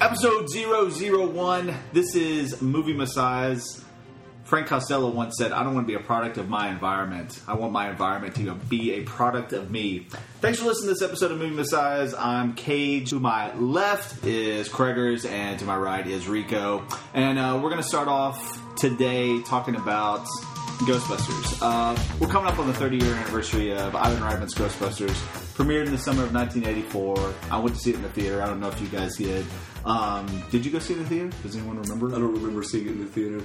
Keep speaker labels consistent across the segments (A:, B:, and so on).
A: Episode 001. This is Movie Messiahs. Frank Costello once said, I don't want to be a product of my environment. I want my environment to be a product of me. Thanks for listening to this episode of Movie Messiahs. I'm Cage. To my left is Craigers, and to my right is Rico. And uh, we're going to start off today talking about Ghostbusters. Uh, we're coming up on the 30 year anniversary of Ivan Reitman's Ghostbusters. Premiered in the summer of 1984. I went to see it in the theater. I don't know if you guys did. Um, did you go see it in the theater? Does anyone remember?
B: I don't remember seeing it in the theater.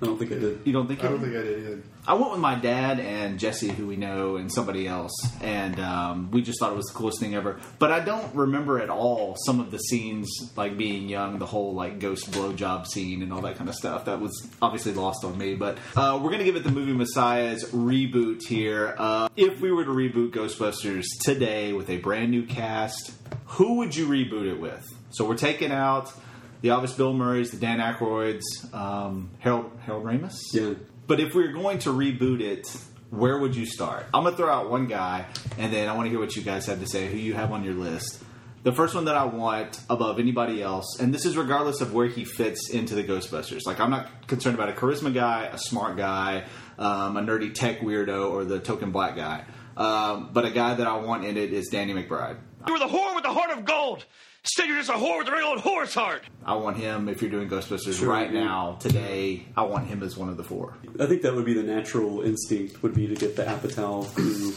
B: I don't think I did.
A: You don't think
C: I
A: you
C: don't think I did either.
A: I went with my dad and Jesse, who we know, and somebody else, and um, we just thought it was the coolest thing ever. But I don't remember at all some of the scenes, like being young, the whole like ghost blowjob scene and all that kind of stuff. That was obviously lost on me. But uh, we're gonna give it the movie Messiah's reboot here. Uh, if we were to reboot Ghostbusters today with a brand new cast, who would you reboot it with? So we're taking out. The obvious Bill Murray's, the Dan Aykroyds, um, Harold Harold Ramis.
B: Yeah.
A: But if we are going to reboot it, where would you start? I'm gonna throw out one guy, and then I want to hear what you guys have to say. Who you have on your list? The first one that I want above anybody else, and this is regardless of where he fits into the Ghostbusters. Like I'm not concerned about a charisma guy, a smart guy, um, a nerdy tech weirdo, or the token black guy. Um, but a guy that I want in it is Danny McBride.
D: You were the whore with the heart of gold. Instead, you're just a whore with a real old whore's heart.
A: I want him if you're doing Ghostbusters
B: Sure,
A: right
B: yeah.
A: now, today. I want him as one of the four.
B: I think that would be the natural instinct would be to get the Apatow. who-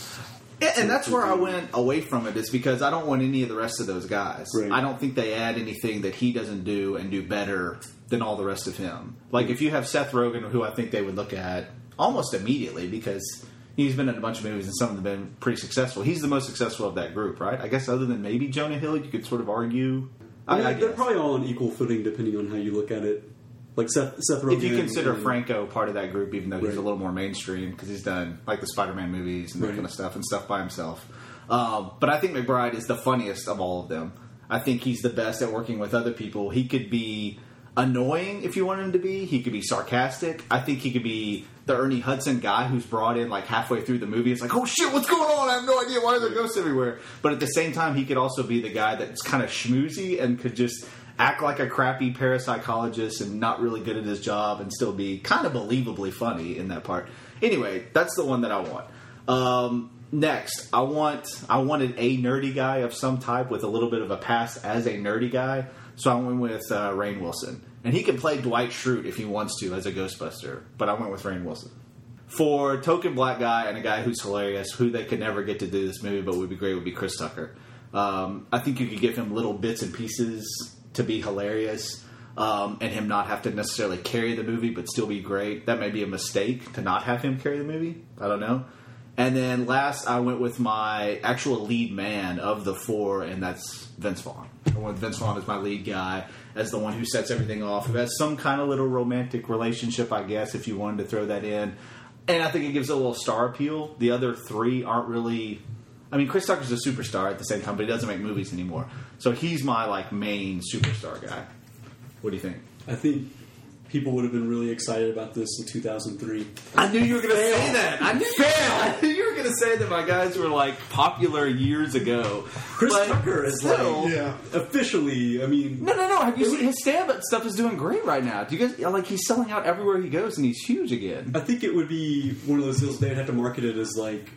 A: Yeah, and that's where I went away from it is because I don't want any of the rest of those guys.
B: Right.
A: I don't think they add anything that he doesn't do and do better than all the rest of him. Like if you have Seth Rogen, who I think they would look at almost immediately because he's been in a bunch of movies and some of them have been pretty successful. He's the most successful of that group, right? I guess other than maybe Jonah Hill, you could sort of argue.
B: I mean, like, they're
A: guess.
B: probably all on equal footing depending on how you look at it. Like Seth, Seth Rogen.
A: if you consider
B: and-
A: Franco part of that group, even though he's
B: Right.
A: a little more mainstream because he's done like the Spider-Man movies and that
B: Right.
A: kind of stuff and stuff by himself. Um, but I think McBride is the funniest of all of them. I think he's the best at working with other people. He could be annoying if you want him to be. He could be sarcastic. I think he could be the Ernie Hudson guy who's brought in like halfway through the movie. It's like, oh shit, what's going on? I have no idea. Why are there ghosts everywhere? But at the same time, he could also be the guy that's kind of schmoozy and could just act like a crappy parapsychologist and not really good at his job and still be kind of believably funny in that part. Anyway, that's the one that I want. Um, next, I want I wanted a nerdy guy of some type with a little bit of a past as a nerdy guy, so I went with uh, Rain Wilson, and he can play Dwight Schrute if he wants to as a Ghostbuster, but I went with Rain Wilson. For token black guy and a guy who's hilarious, who they could never get to do this movie, but would be great, would be Chris Tucker. Um, I think you could give him little bits and pieces to be hilarious, um, and him not have to necessarily carry the movie, but still be great. That may be a mistake to not have him carry the movie. I don't know. And then last, I went with my actual lead man of the four, and that's Vince Vaughn. I went with Vince Vaughn as my lead guy, as the one who sets everything off, who has some kind of little romantic relationship, I guess, if you wanted to throw that in. And I think it gives it a little star appeal. The other three aren't really. I mean, Chris Tucker's a superstar at the same time, but he doesn't make movies anymore. So he's my like main superstar guy. What do you think?
B: I think people would have been really excited about this in 2003.
A: I knew you were going to say that. I knew fail. I knew you were going to say that my guys were like popular years ago.
B: Chris
A: But
B: Tucker is
A: still-
B: like
C: Yeah.
B: officially. I mean,
A: No, no, no. Have you seen his stand-up stuff is doing great right now? Do you guys like he's selling out everywhere he goes and he's huge again?
B: I think it would be one of those deals they'd have to market it as like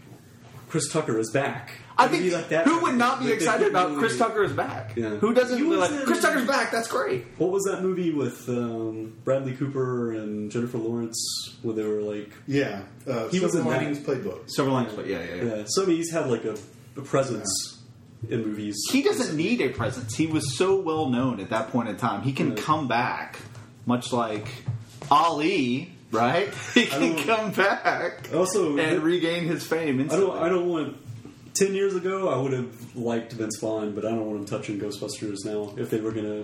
B: Chris Tucker is back.
A: I
B: It'd
A: think
B: be like that.
A: who would not be
B: Like, they
A: excited about
B: really-
A: Chris Tucker is back?
B: Yeah.
A: Who doesn't
B: He
A: be
B: was
A: like
B: in-
A: Chris Tucker's back? That's great.
B: What was that movie with um, Bradley Cooper and Jennifer Lawrence where they were like,
C: Yeah, uh,
B: He was
C: Silver
B: in that.
C: Linings Playbook.
A: Several lines, but yeah, yeah, yeah.
B: yeah? So I mean, he's had like a, a presence in movies.
A: He doesn't need a presence. He was so well known at that point in time. He can
B: Yeah.
A: come back, much like Ali, right? He can
B: don't-
A: come back.
B: also,
A: and regain his fame.
B: I
A: Instantly.
B: don't. I don't want. Ten years ago, I would have liked Vince Vaughn, but I don't want him touching Ghostbusters now. If they were gonna,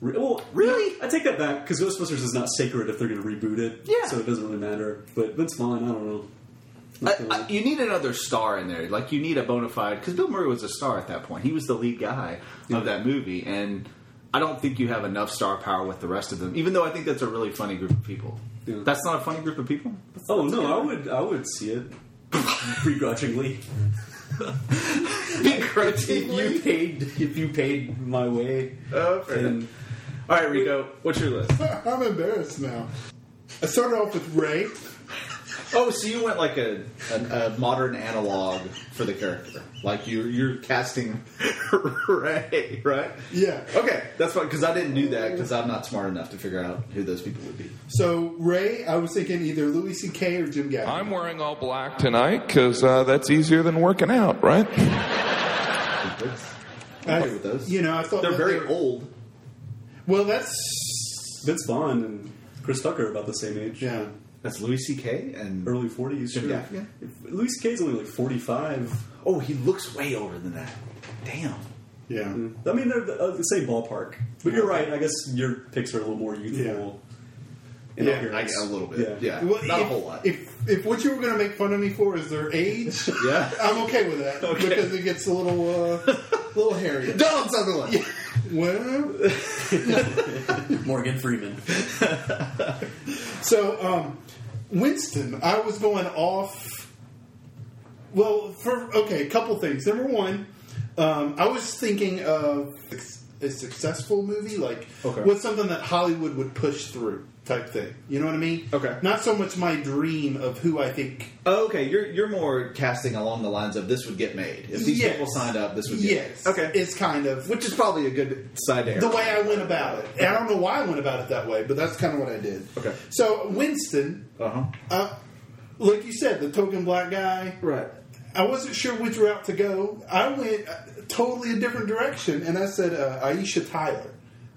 B: re- well,
A: Really?
B: I take that back because Ghostbusters is not sacred if they're gonna reboot it.
A: Yeah.
B: so it doesn't really matter. But Vince Vaughn, I don't know. Not
A: I,
B: gonna-
A: I, you need another star in there. Like you need a bona fide because Bill Murray was a star at that point. He was the lead guy of that movie, and I don't think you have enough star power with the rest of them. Even though I think that's a really funny group of people.
B: Yeah.
A: That's not a funny group of people.
B: oh no, I would. I would see it begrudgingly. if you
A: grudgingly.
B: paid, if you paid my way,
A: Oh, fair
B: then
A: enough. All right, Rico, what's your list?
C: I'm embarrassed now. I started off with Ray.
A: Oh, so you went like a, a, a modern analog for the character, like you you're casting Ray, right?
C: Yeah.
A: Okay, that's fine because I didn't do that because I'm not smart enough to figure out who those people would be.
C: So Ray, I was thinking either Louis C.K. or Jim Gaffigan.
E: I'm wearing all black tonight because uh, that's easier than working out, right?
C: I-
A: play with those.
C: Uh, You know, I thought
A: They're
C: that
A: very
C: they-
A: old.
C: Well, that's
B: Vince Vaughn and Chris Tucker are about the same age.
C: yeah.
A: That's Louis C.K. and
B: early forties.
A: Jim
B: Sure.
A: Gaffigan?
B: Louis C.K.'s only like forty-five.
A: oh, he looks way older than that. Damn.
C: Yeah.
B: I mean, they're the, uh, the same ballpark. But you're right. I guess your picks are a little more youthful. in
C: Yeah,
A: I,
B: appearance.
A: a little bit.
B: Yeah.
A: Yeah,
C: Well,
A: not a
C: if-
A: whole lot.
C: If if what you were going to make fun of me for is their age,
A: yeah.
C: I'm okay with that
A: Okay.
C: because it gets a little uh, little hairy.
A: Donald Sutherland.
C: Well,
B: Morgan Freeman.
C: So, um, Winston, I was going off. Well, for okay, a couple things. Number one, um, I was thinking of a successful movie, like
A: Okay.
C: what's something that Hollywood would push through type thing. You know what I mean?
A: Okay.
C: Not so much my dream of who I think.
A: Oh, okay, you're you're more casting along the lines of this would get made if these
C: Yes.
A: people signed up. This would get
C: Yes.
A: made. okay.
C: It's kind of
A: which is probably a good side to err.
C: the way I went about it. And I don't know why I went about it that way, but that's kind of what I did.
A: Okay.
C: So Winston,
A: Uh-huh.
C: uh, like you said, the token black guy,
A: Right.
C: I wasn't sure which route to go. I went uh, totally a different direction, and I said uh, Aisha Tyler.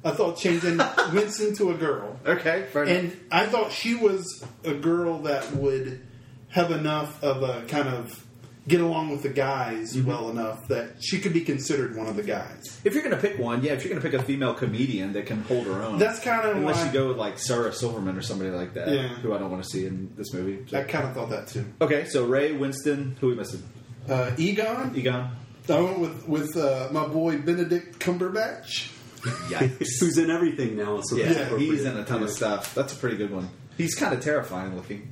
C: I thought changing Winston to a girl,
A: Okay. Fair
C: and I thought she was a girl that would have enough of a kind of get along with the guys well enough that she could be considered one of the guys.
A: if you're going to pick one, yeah, if you're going to pick a female comedian that can hold her own,
C: That's kind of
A: unless
C: why
A: you go with like Sarah Silverman or somebody like that,
C: Yeah.
A: who I don't want to see in this movie. So-
C: I kind of thought that too.
A: okay, so Ray Winston, who we missing?
C: Uh, Egon,
A: Egon.
C: I went with with uh, my boy Benedict Cumberbatch.
A: Yikes.
B: Who's in everything now? So
A: yeah,
B: that's appropriate.
A: he's in a ton of
B: Yeah.
A: stuff. That's a pretty good one. He's kind of terrifying looking.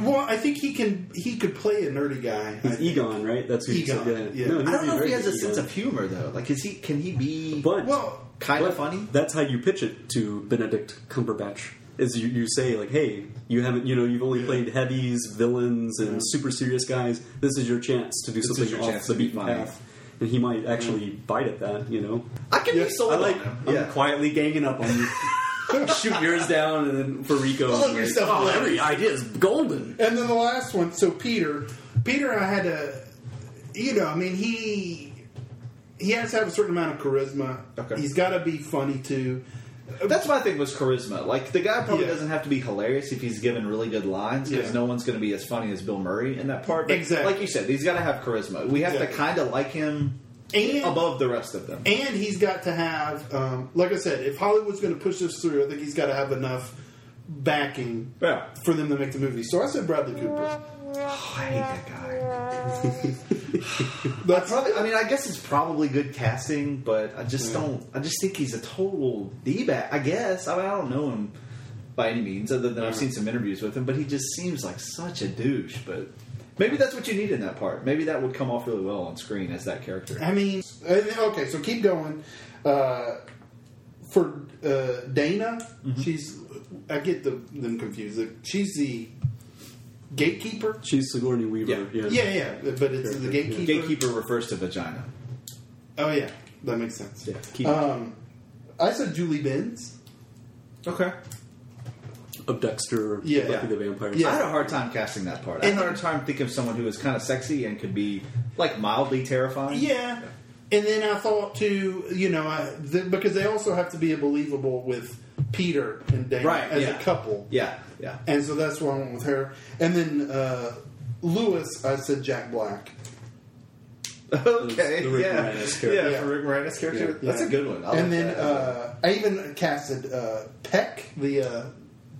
C: Well, I think he can he could play a nerdy guy. I
B: He's Egon, right? That's who
C: Egon,
B: You said,
C: yeah. I
B: he'd
A: I
B: be
A: don't know if
B: very
A: he has a
B: good
A: sense
B: Egon.
A: of humor though. Like, is he? Can he be?
B: But
C: Well,
A: kind
B: but
A: of funny.
B: That's how you pitch it to Benedict Cumberbatch. Is you, you say like, hey, you haven't, you know, you've only played heavies, villains, and super serious guys. This is your chance to do
A: is
B: something
A: your
B: off
A: chance
B: the
A: to be
B: beaten
A: funny.
B: path, and he might actually bite at that. You know,
A: I can
C: Yeah,
A: be sold.
B: I like.
A: on him.
B: I'm
A: Yeah.
B: quietly ganging up on you. Shoot yours down, and then for Rico, I'm
C: Look
B: like,
C: yourself
B: "Oh,
C: up."
B: every idea is golden.
C: And then the last one, so Peter, Peter, I had to, you know, I mean, he he has to have a certain amount of charisma.
A: Okay.
C: He's got to be funny too.
A: That's my thing was charisma. Like the guy probably
C: Yeah.
A: doesn't have to be hilarious if he's given really good lines because
C: Yeah.
A: no one's going to be as funny as Bill Murray in that part.
C: Exactly.
A: Like you said, he's got to have charisma. We have to
C: Exactly.
A: kind of like him
C: And-
A: above the rest of them.
C: And he's got to have, um, like I said, if Hollywood's going to push this through, I think he's got to have enough backing
A: Yeah.
C: for them to make the movie. So I said Bradley Cooper.
A: Oh, I hate that guy.
C: That's
A: Probably, I mean, I guess it's probably good casting, but I just don't. I just think he's a total d bag. I guess. I mean, I don't know him by any means, other than I've seen some interviews with him. But he just seems like such a douche. But maybe that's what you need in that part. Maybe that would come off really well on screen as that character.
C: I mean, and- okay, so keep going. Uh, for uh, Dana,
A: Mm-hmm.
C: she's I get the, them confused. She's the gatekeeper.
B: She's Sigourney Weaver.
A: Yeah.
B: Yeah,
C: Yeah, yeah, but it's the gatekeeper.
A: Gatekeeper refers to vagina.
C: Oh yeah, that makes sense.
A: Yeah, keep-
C: Um, I said Julie Benz.
A: Okay.
B: of Dexter,
C: Yeah.
B: Buffy the Vampire.
C: Yeah.
B: Slayer.
A: I had a hard time casting that part. I
C: And-
A: had a hard time thinking of someone who was kind of sexy and could be like mildly terrifying.
C: Yeah, and then I thought too, you know, I, the, because they also have to be believable with Peter and Dana
A: Right,
C: as
A: yeah.
C: a couple.
A: Yeah. Yeah.
C: And so that's why I went with her. And then uh, Lewis, I said Jack Black.
A: Okay.
B: The Rick
A: yeah.
B: Moranis
A: yeah.
B: character.
C: Yeah.
A: for Rick Moranis character.
C: Yeah.
A: That's a good one. I like
C: and then
A: that.
C: uh, I even casted uh, Peck, the uh,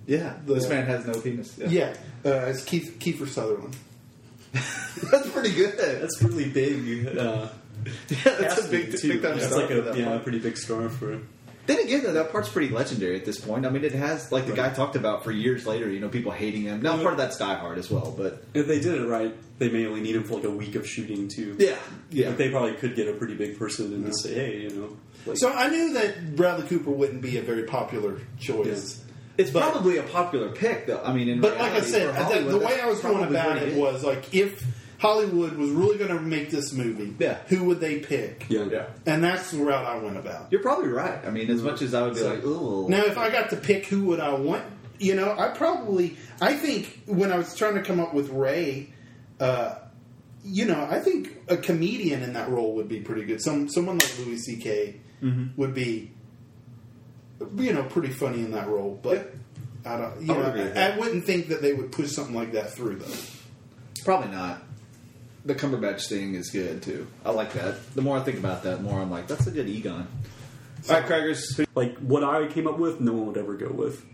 A: yeah,
C: the-
A: this man has no penis.
C: yeah, uh, as Keith Kiefer Sutherland.
A: that's pretty good.
B: That's really big. Uh,
A: yeah, that's a
B: casting,
A: big,
B: too.
A: big time
B: That's
A: star
B: like
A: for
B: a
A: that
B: yeah, a
A: part.
B: pretty big star for
A: Then again, though, that part's pretty legendary at this point. I mean, it has like the guy talked about for years later. You know, people hating him. Now, part of that's Die Hard as well, but
B: If they did it right, they may only need him for like a week of shooting too.
A: yeah, yeah.
B: But they probably could get a pretty big person and just say, hey, you know. Like,
C: So I knew that Bradley Cooper wouldn't be a very popular choice.
A: It's
C: But-
A: probably a popular pick, though. I mean, in
C: But like I
A: reality,
C: said,
A: for
C: I think the
A: Hollywood,
C: way
A: that's
C: I was going
A: probably
C: about
A: pretty
C: it
A: good.
C: was like if Hollywood was really going to make this movie,
A: Yeah.
C: who would they pick?
B: yeah.
A: yeah.
C: And that's the route I went about.
A: You're probably right. I mean, as much as I would be like, ooh,
C: Mm-hmm. Now, if I got to pick who would I want, you know, I probably, I think when I was trying to come up with Ray, uh, you know, I think a comedian in that role would be pretty good. Some someone like Louis C.K.
A: Mm-hmm.
C: would be, you know, pretty funny in that role. But I don't, you
A: I would
C: know,
A: agree with
C: I,
A: that.
C: I wouldn't think that they would push something like that through though.
A: probably not. The Cumberbatch thing is good too. I like that. The more I think about that, the more I'm like, that's a good Egon. All right, Craigers. who-
B: Like what I came up with, no one would ever go with.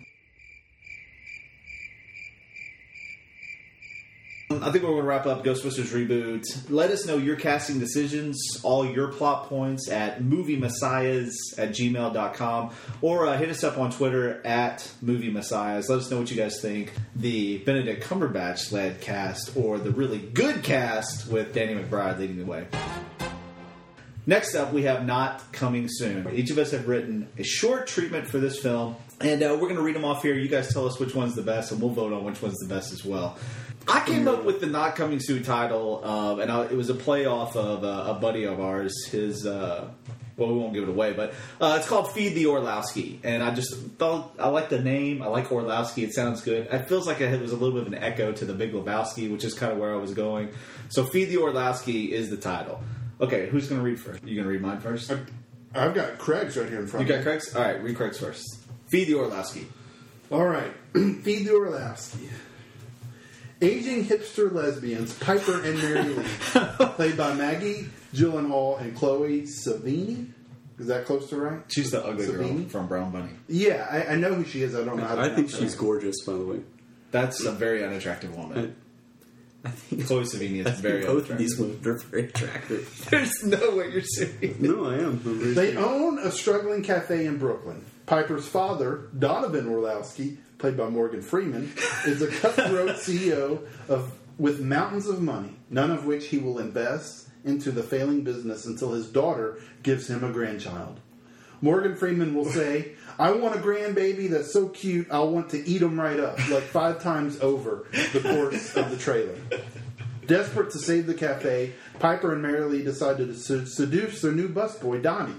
A: I think we're going to wrap up Ghostbusters reboot. Let us know your casting decisions, all your plot points at moviemessiahs at gmail.com or uh, hit us up on Twitter at moviemessiahs. Let us know what you guys think. The Benedict Cumberbatch led cast or the really good cast with Danny McBride leading the way. Next up, we have Not Coming Soon. Each of us have written a short treatment for this film, and uh, we're going to read them off here. You guys tell us which one's the best, and we'll vote on which one's the best as well. I came up with the Not Coming Soon title, um, and I, it was a play off of uh, a buddy of ours. His, uh, well, we won't give it away, but uh, it's called Feed the Orlowski. And I just thought, I like the name. I like Orlowski. It sounds good. It feels like it was a little bit of an echo to the Big Lebowski, which is kind of where I was going. So, Feed the Orlowski is the title. Okay, who's gonna read first? You gonna read mine first?
C: I've got Craig's right here in front.
A: You
C: of me.
A: got Craig's? All right, read Craig's first. Feed the Orlowski.
C: All right, feed the Orlowski. Aging hipster lesbians Piper and Mary Lee, played by Maggie Gyllenhaal and Chloe Savini. Is that close to right?
A: She's the ugly girl
C: Sabine?
A: from Brown Bunny.
C: Yeah, I, I know who she is. I don't know. How to
B: I think
C: pronounce
B: she's
C: her
B: gorgeous, by the way.
A: That's a very unattractive woman.
B: I think
A: Chloe Savini is
B: I think
A: very
B: both of these
A: unattractive.
B: women are very attractive.
A: There's no way you're serious.
B: no, I am. I'm very-
C: name. They own a struggling cafe in Brooklyn. Piper's father, Donovan Orlowski, played by Morgan Freeman, is a cutthroat CEO of with mountains of money, none of which he will invest into the failing business until his daughter gives him a grandchild. Morgan Freeman will say, I want a grandbaby that's so cute, I want to eat him right up, like five times over the course of the trailer. Desperate to save the cafe, Piper and Mary Lee decided to se- seduce their new busboy, Donnie,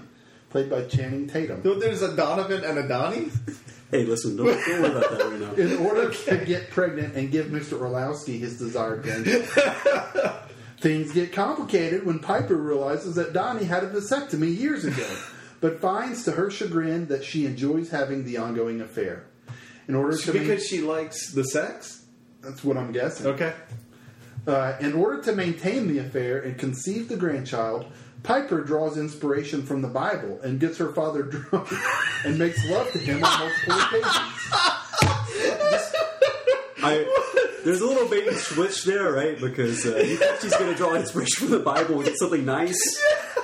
C: played by Channing Tatum.
A: There's a Donovan and a Donnie?
B: Hey, listen, don't, don't worry about that right now.
C: in order to get pregnant and give Mr. Orlowski his desired grandchild. Things get complicated when Piper realizes that Donnie had a vasectomy years ago, but finds to her chagrin that she enjoys having the ongoing affair. In order to main-
A: Because she likes the sex?
C: that's what I'm guessing.
A: Okay.
C: Uh, in order to maintain the affair and conceive the grandchild, Piper draws inspiration from the Bible and gets her father drunk and makes love to him on multiple occasions.
B: I, there's a little bait and switch there, right? Because uh, you think she's going to draw inspiration from the Bible and get something nice,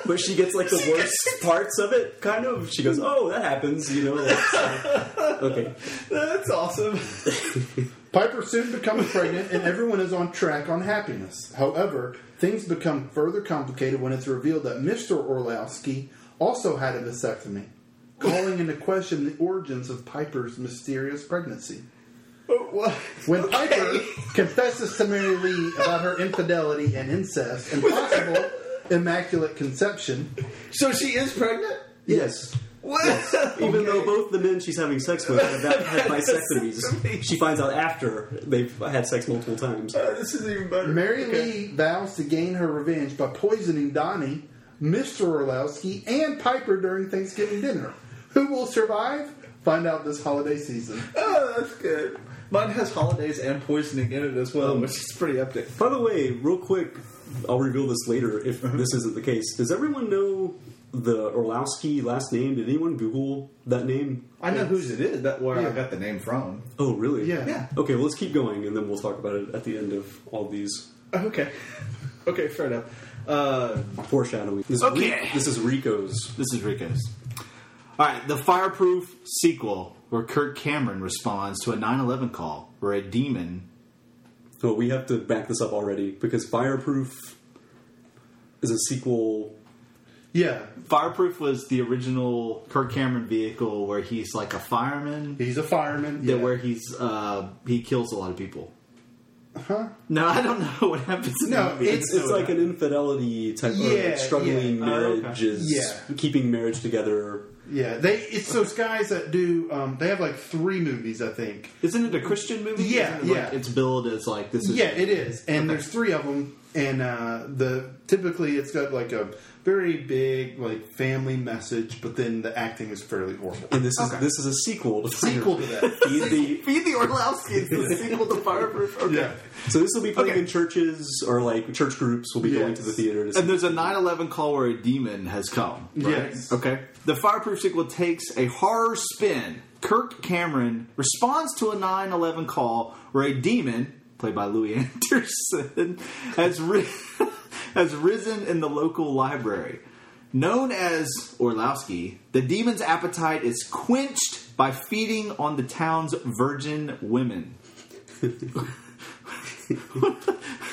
B: but she gets like the worst parts of it, kind of. She goes, "Oh, that happens," you know. Like, so- okay,
A: That's awesome.
C: Piper soon becomes pregnant, and everyone is on track on happiness. However, things become further complicated when it's revealed that Mr. Orlowski also had a vasectomy, calling into question the origins of Piper's mysterious pregnancy. When Piper confesses to Mary Lee about her infidelity and incest and possible immaculate conception,
A: So she is pregnant?
B: yes.
A: What?
B: Even though both the men she's having sex with have had- had bisectomies, she finds out after they've had sex multiple times.
A: this is even better.
C: Mary
A: Okay.
C: Lee vows to gain her revenge by poisoning Donnie, Mr. Orlowski, and Piper during Thanksgiving dinner. Who will survive? Find out this holiday season.
A: Oh, that's good. Mine has holidays and poisoning in it as well,
B: Oh.
A: which is pretty up there.
B: By the way, real quick, I'll reveal this later if this isn't the case. Does everyone know the Orlowski last name? Did anyone Google that name?
A: I know whose it is. That where
C: Yeah.
A: I got the name from.
B: Oh, really?
C: Yeah.
A: Yeah.
B: Okay, well, let's keep going, and then we'll talk about it at the end of all these
A: Okay. Okay, fair enough. Uh,
B: foreshadowing. This
A: Okay.
B: Is, this is Rico's.
A: this is Rico's. All right, the Fireproof sequel, where Kirk Cameron responds to a 9 11 call where a demon.
B: So we have to back this up already because Fireproof is a sequel.
C: Yeah,
A: Fireproof was the original Kirk Cameron vehicle where he's like a fireman,
C: he's a fireman. Yeah,
A: that where he's uh, he kills a lot of people. Huh? No, I don't know what happens. in
C: No,
A: the movie.
B: It's, it's like an infidelity type of
C: Yeah,
B: like, struggling
C: yeah.
A: Oh, okay.
B: marriages,
C: Yeah.
B: keeping marriage together.
C: yeah. They it's those guys that do. Um, they have like three movies, I think.
A: isn't it a Christian movie?
C: Yeah,
A: Isn't it, like,
C: yeah.
A: it's billed as like this. Is
C: Yeah, it is, and
A: Okay.
C: there's three of them, and uh, the typically it's got like a very big like family message, but then the acting is fairly horrible.
B: And this is
A: Okay.
B: this is a sequel to
C: Sequel to that,
B: Fireproof. The-
A: Feed the Orlowskis, the sequel to Fireproof. Okay.
C: yeah.
B: so this will be playing
A: Okay.
B: in churches or like church groups will be going to
C: Yes.
B: the theater. To see.
A: And there's a 9/11 call where a demon has come. Right?
C: Yes.
A: Okay. The Fireproof sequel takes a horror spin. Kirk Cameron responds to a 9/11 call where a demon, played by Louis Anderson, has ri- has risen in the local library. Known as Orlowski, the demon's appetite is quenched by feeding on the town's virgin women.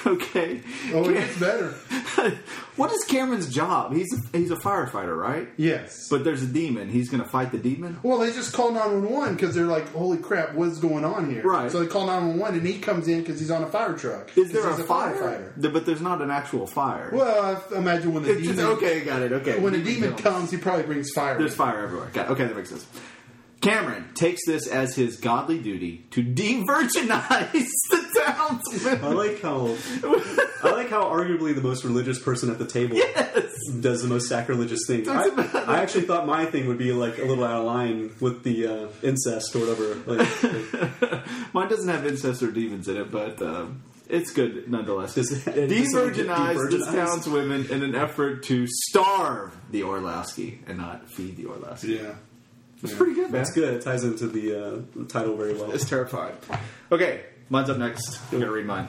A: okay.
C: Oh, it gets better.
A: what is Cameron's job? He's a, he's a firefighter, right?
C: Yes.
A: But there's a demon. He's going to fight the demon.
C: Well, they just call 911 because they're like, holy crap, what's going on here?
A: Right.
C: So they call 911 and he comes in because he's on a fire truck.
A: Is
C: 'Cause
A: there a,
C: he's
A: fire? Th- But there's not an actual fire.
C: Well, I imagine when the
A: It's just-
C: demon,
A: okay, got it. Okay,
C: when a demon
A: comes.
C: comes, he probably brings fire.
A: There's fire everywhere. Got it. Okay, that makes sense. Cameron takes this as his godly duty to de-virginize the town's
B: I like how I like how arguably the most religious person at the table does the most sacrilegious thing. I, I actually thought my thing would be like a little out of line with the uh, incest or whatever. Like,
A: Mine doesn't have incest or demons in it, but um, it's good nonetheless.
B: Does-
A: De-virginize this
B: de-virginized?
A: town's women in an effort to starve the Orlowski and not feed the Orlowski.
C: yeah.
A: It's pretty good, man.
B: it's good. It ties into the uh, title very well.
A: It's terrifying. Okay, mine's up next. I'm gonna read mine.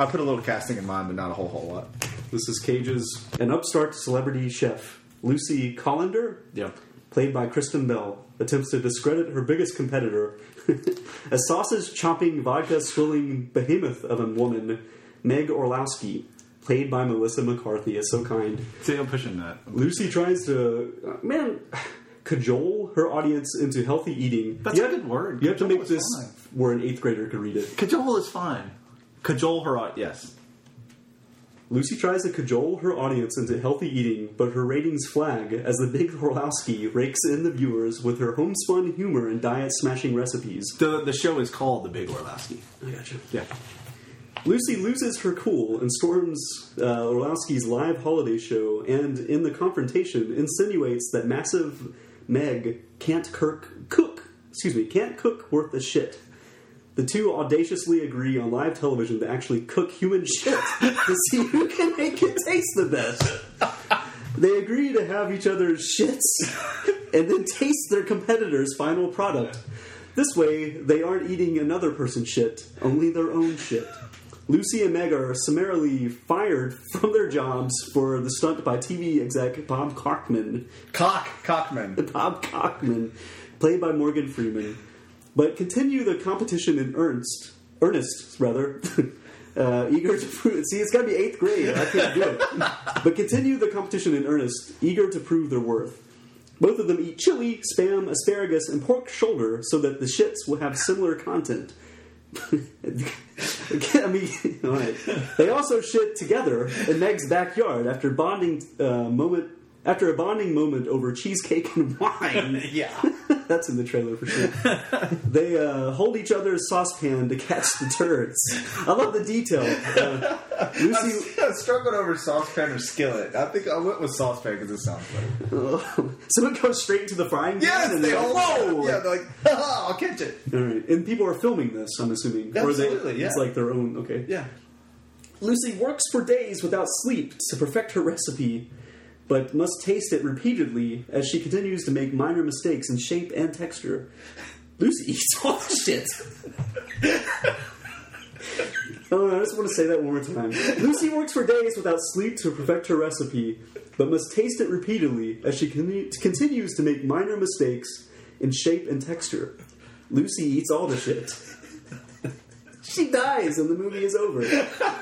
A: I put a little casting in mine, but not a whole whole lot.
B: This is Cage's an upstart celebrity chef, Lucy Collender,
A: Yep.
B: played by Kristen Bell, attempts to discredit her biggest competitor, a sausage chomping, vodka swilling behemoth of a woman, Meg Orlowski, played by Melissa McCarthy, is so kind.
A: See, I'm pushing that.
B: Lucy tries to, uh, man, cajole her audience into healthy eating.
A: That's
B: You
A: a
B: have-
A: good word.
B: You have to
A: Cajole
B: make
A: is
B: this
A: fine.
B: where an eighth grader could read it.
A: Cajole is fine. Cajole her out. Yes.
B: Lucy tries to cajole her audience into healthy eating, but her ratings flag as the big Orlowski rakes in the viewers with her homespun humor and diet smashing recipes.
A: The the show is called The Big Orlowski.
B: I gotcha.
A: Yeah.
B: Lucy loses her cool and storms uh, Orlowski's live holiday show, and in the confrontation, insinuates that massive Meg can't Kirk cook. Excuse me, can't cook worth a shit. The two audaciously agree on live television to actually cook human shit to see who can make it taste the best. They agree to have each other's shits and then taste their competitor's final product. This way, they aren't eating another person's shit, only their own shit. Lucy and Meg are summarily fired from their jobs for the stunt by TV exec Bob Cockman.
A: Cock Cockman.
B: Bob Cockman, played by Morgan Freeman, but continue the competition in earnest. Earnest, rather. Uh, eager to prove, see, it's got to be eighth grade. I can't do it. but continue the competition in earnest, eager to prove their worth. Both of them eat chili, spam, asparagus, and pork shoulder, so that the shits will have similar content. I mean, all right. They also shit together in Meg's backyard after bonding uh, moment after a bonding moment over cheesecake and wine.
A: Yeah.
B: That's in the trailer for sure. they uh, hold each other's saucepan to catch the turds. I love the detail. Uh, Lucy,
A: I struggled over saucepan or skillet. I think I went with saucepan because it sounds better.
B: someone goes straight into the frying pan. and they're like, "Whoa!"
A: they're like, I'll catch it.
B: All right, and people are filming this. I'm assuming, or they,
A: Absolutely,
B: it's
A: yeah.
B: like their own. Okay,
A: Yeah.
B: Lucy works for days without sleep to perfect her recipe, but must taste it repeatedly as she continues to make minor mistakes in shape and texture. Lucy eats all the shit. Oh, I just want to say that one more time. Lucy works for days without sleep to perfect her recipe, but must taste it repeatedly as she con- continues to make minor mistakes in shape and texture. Lucy eats all the shit. she dies, and the movie is over.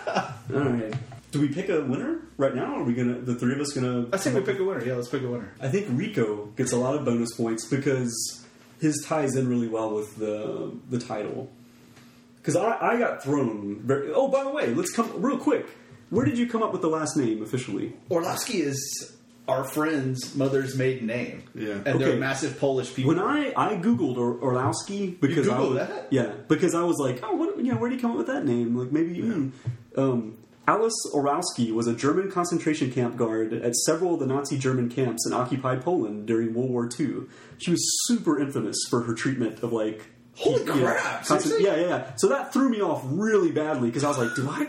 B: all right. Do we pick a winner right now? Are we gonna the three of us gonna?
A: I think we pick a winner. Yeah, let's pick a winner.
B: I think Rico gets a lot of bonus points because his ties in really well with the the title. Because I, I got thrown. Very, oh, by the way, let's come real quick. Where did you come up with the last name officially?
A: Orlovsky is our friend's mother's maiden name.
C: Yeah.
A: And they're
B: Okay.
A: massive Polish people.
B: When I I googled or, Orlowski because I
A: Googled
B: was,
A: that?
B: yeah because I was like oh what you know where did you come up with that name like maybe mm. um, Alice Orlowski was a German concentration camp guard at several of the Nazi German camps in occupied Poland during World War II. She was super infamous for her treatment of like
A: Holy
B: yeah,
A: crap,
B: concent-
A: seriously?
B: yeah yeah yeah so that threw me off really badly because I was like do I.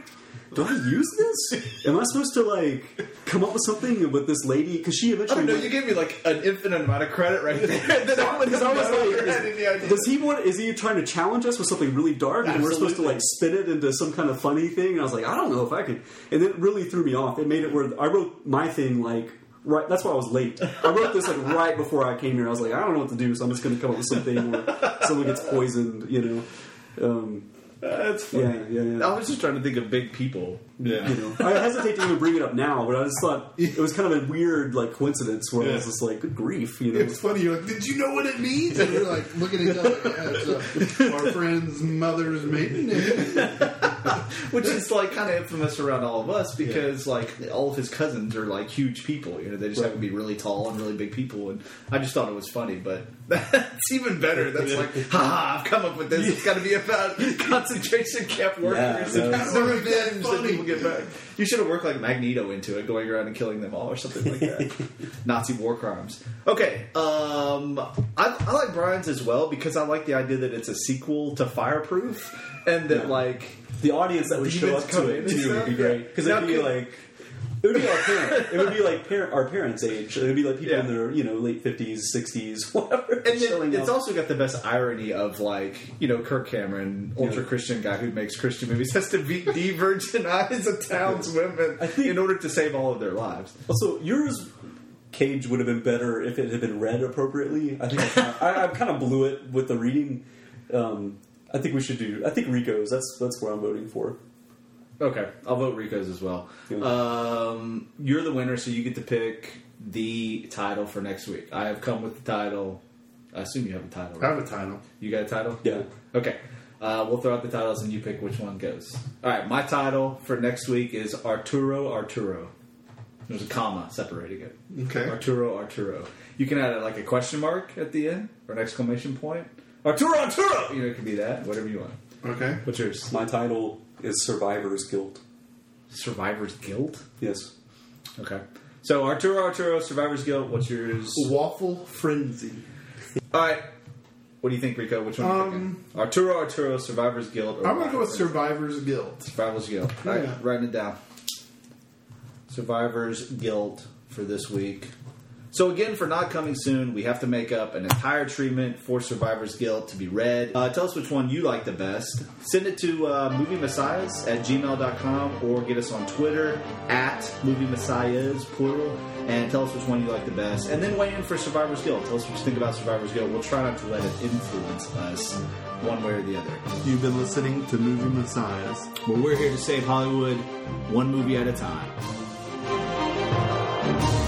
B: Do I use this? Am I supposed to like come up with something with this lady? Because she
A: I
B: eventually
A: don't know.
B: went-
A: You gave me like an infinite amount of credit right there. That I would
B: because
A: have
B: I was
A: never
B: like,
A: had any
B: is,
A: idea.
B: does he want? Is he trying to challenge us with something really dark, and we're supposed to like spin it into some kind of funny thing? And I was like, I don't know if I could. And it really threw me off. It made it where I wrote my thing like right. That's why I was late. I wrote this like right before I came here. I was like, I don't know what to do, so I'm just going to come up with something where someone gets poisoned. You know. Um,
A: That's
B: yeah, yeah, yeah.
A: I was just trying to think of big people.
C: Yeah.
B: You know, I hesitate to even bring it up now, but I just thought it was kind of a weird like coincidence where I was
C: Yeah.
B: just like, good grief, you know.
C: It's funny. You're like, did you know what it means? And we're like, looking at each other. Yeah, it's, uh, our friend's mother's maiden name.
A: Which is like kind of infamous around all of us because like all of his cousins are like huge people. You know, they just happen to be really tall and really big people. And I just thought it was funny, but that's even better. That's like, haha, I've come up with this. It's got to be about concentration camp workers
B: Yeah,
A: and
B: that's-
A: the revenge that
C: funny.
A: people get back. You should have worked like Magneto into it, going around and killing them all or something like that. Nazi war crimes. Okay, um, I, I like Brian's as well because I like the idea that it's a sequel to Fireproof and that
B: Yeah.
A: like.
B: the audience that would show
A: Demons
B: up
A: come in
B: to it
A: and
B: too
A: stuff,
B: would be
A: yeah.
B: great because
A: Now
B: it'd be
A: could-
B: like it would be our parent. it would be like parent, our parents' age. It would be like people in
A: Yeah.
B: their you know late fifties, sixties, whatever.
A: And then
B: showing
A: it's
B: up.
A: also got the best irony of like you know Kirk Cameron, ultra Christian guy who makes Christian movies, has to be de-virginize a town's women
B: think-
A: in order to save all of their lives.
B: also yours. Cage would have been better if it had been read appropriately. I think I kinda- I, I kind of blew it with the reading. Um, I think we should do. I think Rico's. That's that's what I'm voting for.
A: Okay, I'll vote Rico's as well.
B: Yeah.
A: Um, you're the winner, so you get to pick the title for next week. I have come with the title. I assume you have a title.
C: I
A: Right?
C: have a title.
A: You got a title?
B: Yeah.
A: Okay. Uh, we'll throw out the titles and you pick which one goes. All right. My title for next week is Arturo Arturo. There's a comma separating it.
C: Okay.
A: Arturo Arturo. You can add like a question mark at the end or an exclamation point. Arturo Arturo. You know, it could be that. Whatever you want.
C: Okay.
A: What's yours?
B: My title is Survivor's Guilt.
A: Survivor's Guilt.
B: Yes.
A: Okay. So Arturo Arturo Survivor's Guilt. What's yours?
C: Waffle frenzy.
A: All right. What do you think, Rico? Which one? are you
C: Um,
A: picking? Arturo Arturo Survivor's Guilt. Or
C: I'm gonna go with
A: Survivor.
C: Survivor's Guilt.
A: Survivor's Guilt. All right,
C: Yeah.
A: writing it down. Survivor's Guilt for this week. So again, for not coming soon, we have to make up an entire treatment for Survivor's Guilt to be read. Uh, tell us which one you like the best. Send it to uh, moviemessiahs at gmail.com or get us on Twitter at moviemessiahs, plural, and tell us which one you like the best. And then weigh in for Survivor's Guilt. Tell us what you think about Survivor's Guilt. We'll try not to let it influence us one way or the other.
C: You've been listening to Movie Messiahs.
A: Well, we're here to save Hollywood one movie at a time.